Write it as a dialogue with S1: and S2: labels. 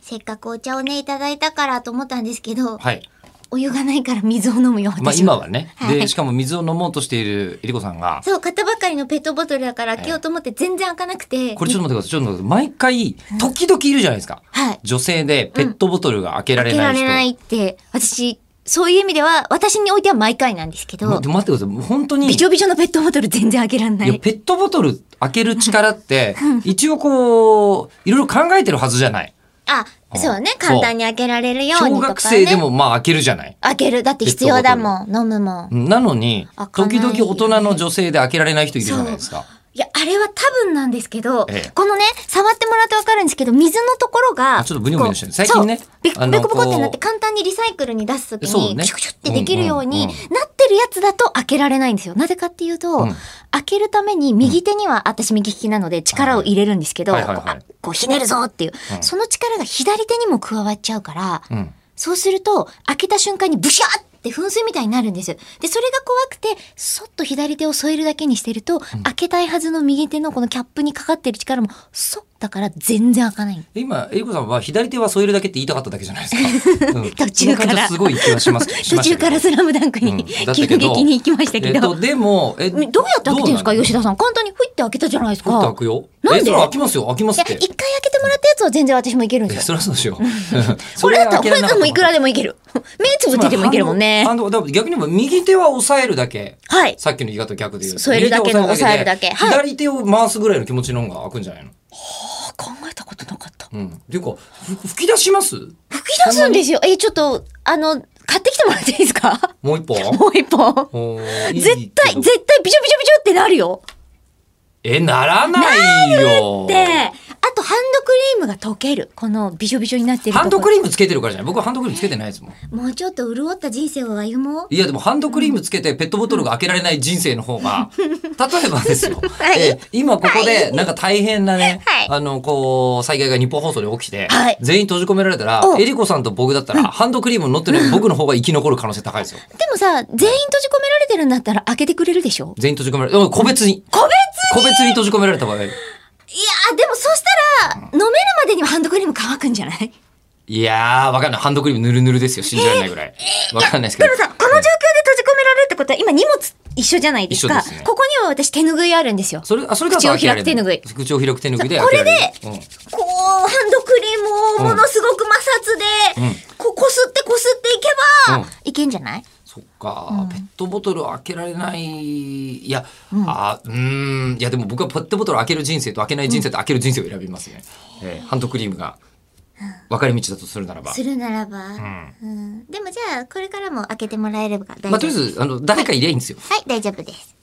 S1: せっかくお茶をね、いただいたからと思ったんですけど、
S2: はい。
S1: お湯がないから水を飲むよ、私
S2: まあ今はね。
S1: はい
S2: で、しかも水を飲もうとしているえりこさんが、
S1: そう、買ったばかりのペットボトルだから開けようと思って全然開かなくて。
S2: これちょっと待ってください。ちょっと待ってください。毎回、時々いるじゃないですか。
S1: はい。
S2: 女性でペットボトルが開けら
S1: 開
S2: れ
S1: けら
S2: ない
S1: れ
S2: 人。
S1: ないって、私、そういう意味では、私においては毎回なんですけ
S2: ま
S1: ど、
S2: でも待ってください。もう本当に。
S1: びちょびちょのペットボトル全然開けられない
S2: や、
S1: い。
S2: ペットボトル開ける力って、一応こう、いろいろ考えてるはずじゃない。
S1: あ、そうね
S2: そ。う
S1: 簡単に開けられるようにと
S2: 小
S1: か、ね。
S2: 学生でもまあ開けるじゃない。
S1: 開ける。だって必要だもん。飲むもん。
S2: なのに
S1: 開、かない
S2: 時々大人の女性で開けられない人いるじゃないですか。
S1: いや、あれは多分なんですけど、
S2: ええ
S1: このね、触ってもらうとわかるんですけど、水のところが、
S2: あちょっとブニョブニョしてる
S1: こう
S2: 最近ね
S1: そうベコ
S2: あの
S1: ベコベコってなって
S2: こう
S1: 簡単にリサイクルに出すとき
S2: そう
S1: に、
S2: ね
S1: キュキュってできるよう
S2: う
S1: に
S2: んうん
S1: なってるやつだと開けられないんですよ。なぜかっていうと、
S2: うん
S1: 開けるために右手には、私右利きなので力を入れるんですけど、
S2: はいはいはいはい
S1: こうあこうひねるぞっていう、
S2: ん
S1: その力が左手にも加わっちゃうから、
S2: うん。
S1: そうすると、開けた瞬間にブシャーって噴水みたいになるんですよ。で、それが怖くて、そっと左手を添えるだけにしてると、開けたいはずの右手のこのキャップにかかってる力も、そっだから全然開かない。
S2: 今、えりこさんは左手は添えるだけって言いたかっただけじゃないですか。うん
S1: 途中から
S2: その感じすごい気が します。し
S1: 途
S2: まし
S1: 中か
S2: たけど
S1: らスラムダンク
S2: うん
S1: に、
S2: だった
S1: 急
S2: けど
S1: 激に行きましたけ
S2: えっ
S1: ど。
S2: と、でも、え、ど
S1: みどうやって開けてるんですか、吉
S2: 田
S1: 田さん。簡単にふいって開けたじゃないです
S2: ふっと開
S1: か。
S2: くよ。
S1: なんで
S2: え、それ開きますよ。開きま
S1: い
S2: す
S1: や、
S2: って。
S1: 一回開けてもらったやつは全然私もいけるんで
S2: え、
S1: すよ。
S2: そりゃそうでしょう。
S1: これだったら、これ
S2: で
S1: だったらもういくらでもいける。目つぶっててもいけるもんね。
S2: あの、だから逆に言えば右手は押さえるだけ。
S1: はい。
S2: さっきの言い方と逆で言うと。
S1: 添えるだけの
S2: 右手を
S1: 押さえるだけ
S2: 左手を回すぐらいの気持ちの方が開くんじゃないの
S1: あ考えたことなかった。
S2: うん。っていうか、ふ吹き出します
S1: 吹き出すんですよ。え、ちょっと、あの、買ってきてもらっていいですか
S2: もう一本
S1: もう一本。
S2: おーいい
S1: 絶対、絶対
S2: け
S1: ビチョビチョビ
S2: ど
S1: チョってなるよ。
S2: え、ならないよ。
S1: で、あとハンドクリームが溶ける。このビチョビチョになってるとこ
S2: ハンドクリームつけてるからじゃない僕はハンドクリームつけてないですもん。
S1: もうちょっと潤った人生を歩もう。
S2: いやでもハンドクリームつけてペットボトルが開けられない人生の方が、例えばです よ、
S1: い
S2: えー今ここでなんか大変なね、
S1: はい
S2: あの、こう、災害が日本放送で起きて、
S1: はい
S2: 全員閉じ込められたら
S1: お、
S2: えりこさんと僕だったら、ハンドクリーム乗って るのに僕の方が生き残る可能性高いですよ。
S1: でもさ、全員閉じ込められてるんだったら開けてくれるでしょ
S2: 全員閉じ込められ、うん個別に、
S1: 個別
S2: 個別に閉じ込められた場合、
S1: いやーでもそうしたら、飲めるまでにはハンドクリーム乾くんじゃない
S2: いやー、わかんない。ハンドクリームぬるぬるですよ。信じられないぐらい。わかんないですけ
S1: で
S2: ど
S1: も。さ、この状況で閉じ込められるってことは、今荷物一緒じゃないですか。
S2: 一緒ですね
S1: ここには私手拭いあるんですよ。
S2: それ、あ、それだと開けられる
S1: 口を開く手拭
S2: 口を開く手拭いで
S1: こ
S2: 開
S1: れ
S2: けら
S1: で
S2: れる。うん
S1: こう、ハンドクリームをものすごく摩擦で、
S2: うん
S1: こう、こすってこすっていけば、
S2: うん
S1: いけんじゃない
S2: そっか、ペットボトル開けられないいや、あうーんいやでも僕はペットボトル開ける人生と開けない人生と開ける人生を選びますね、えーハンドクリームが分かれ道だとするならば、
S1: するならば、
S2: うん
S1: うんでもじゃあ、これからも開けてもらえれば大丈夫。
S2: まあ、とりあえずあの誰かいりゃいいんですよ
S1: はい、大丈夫です。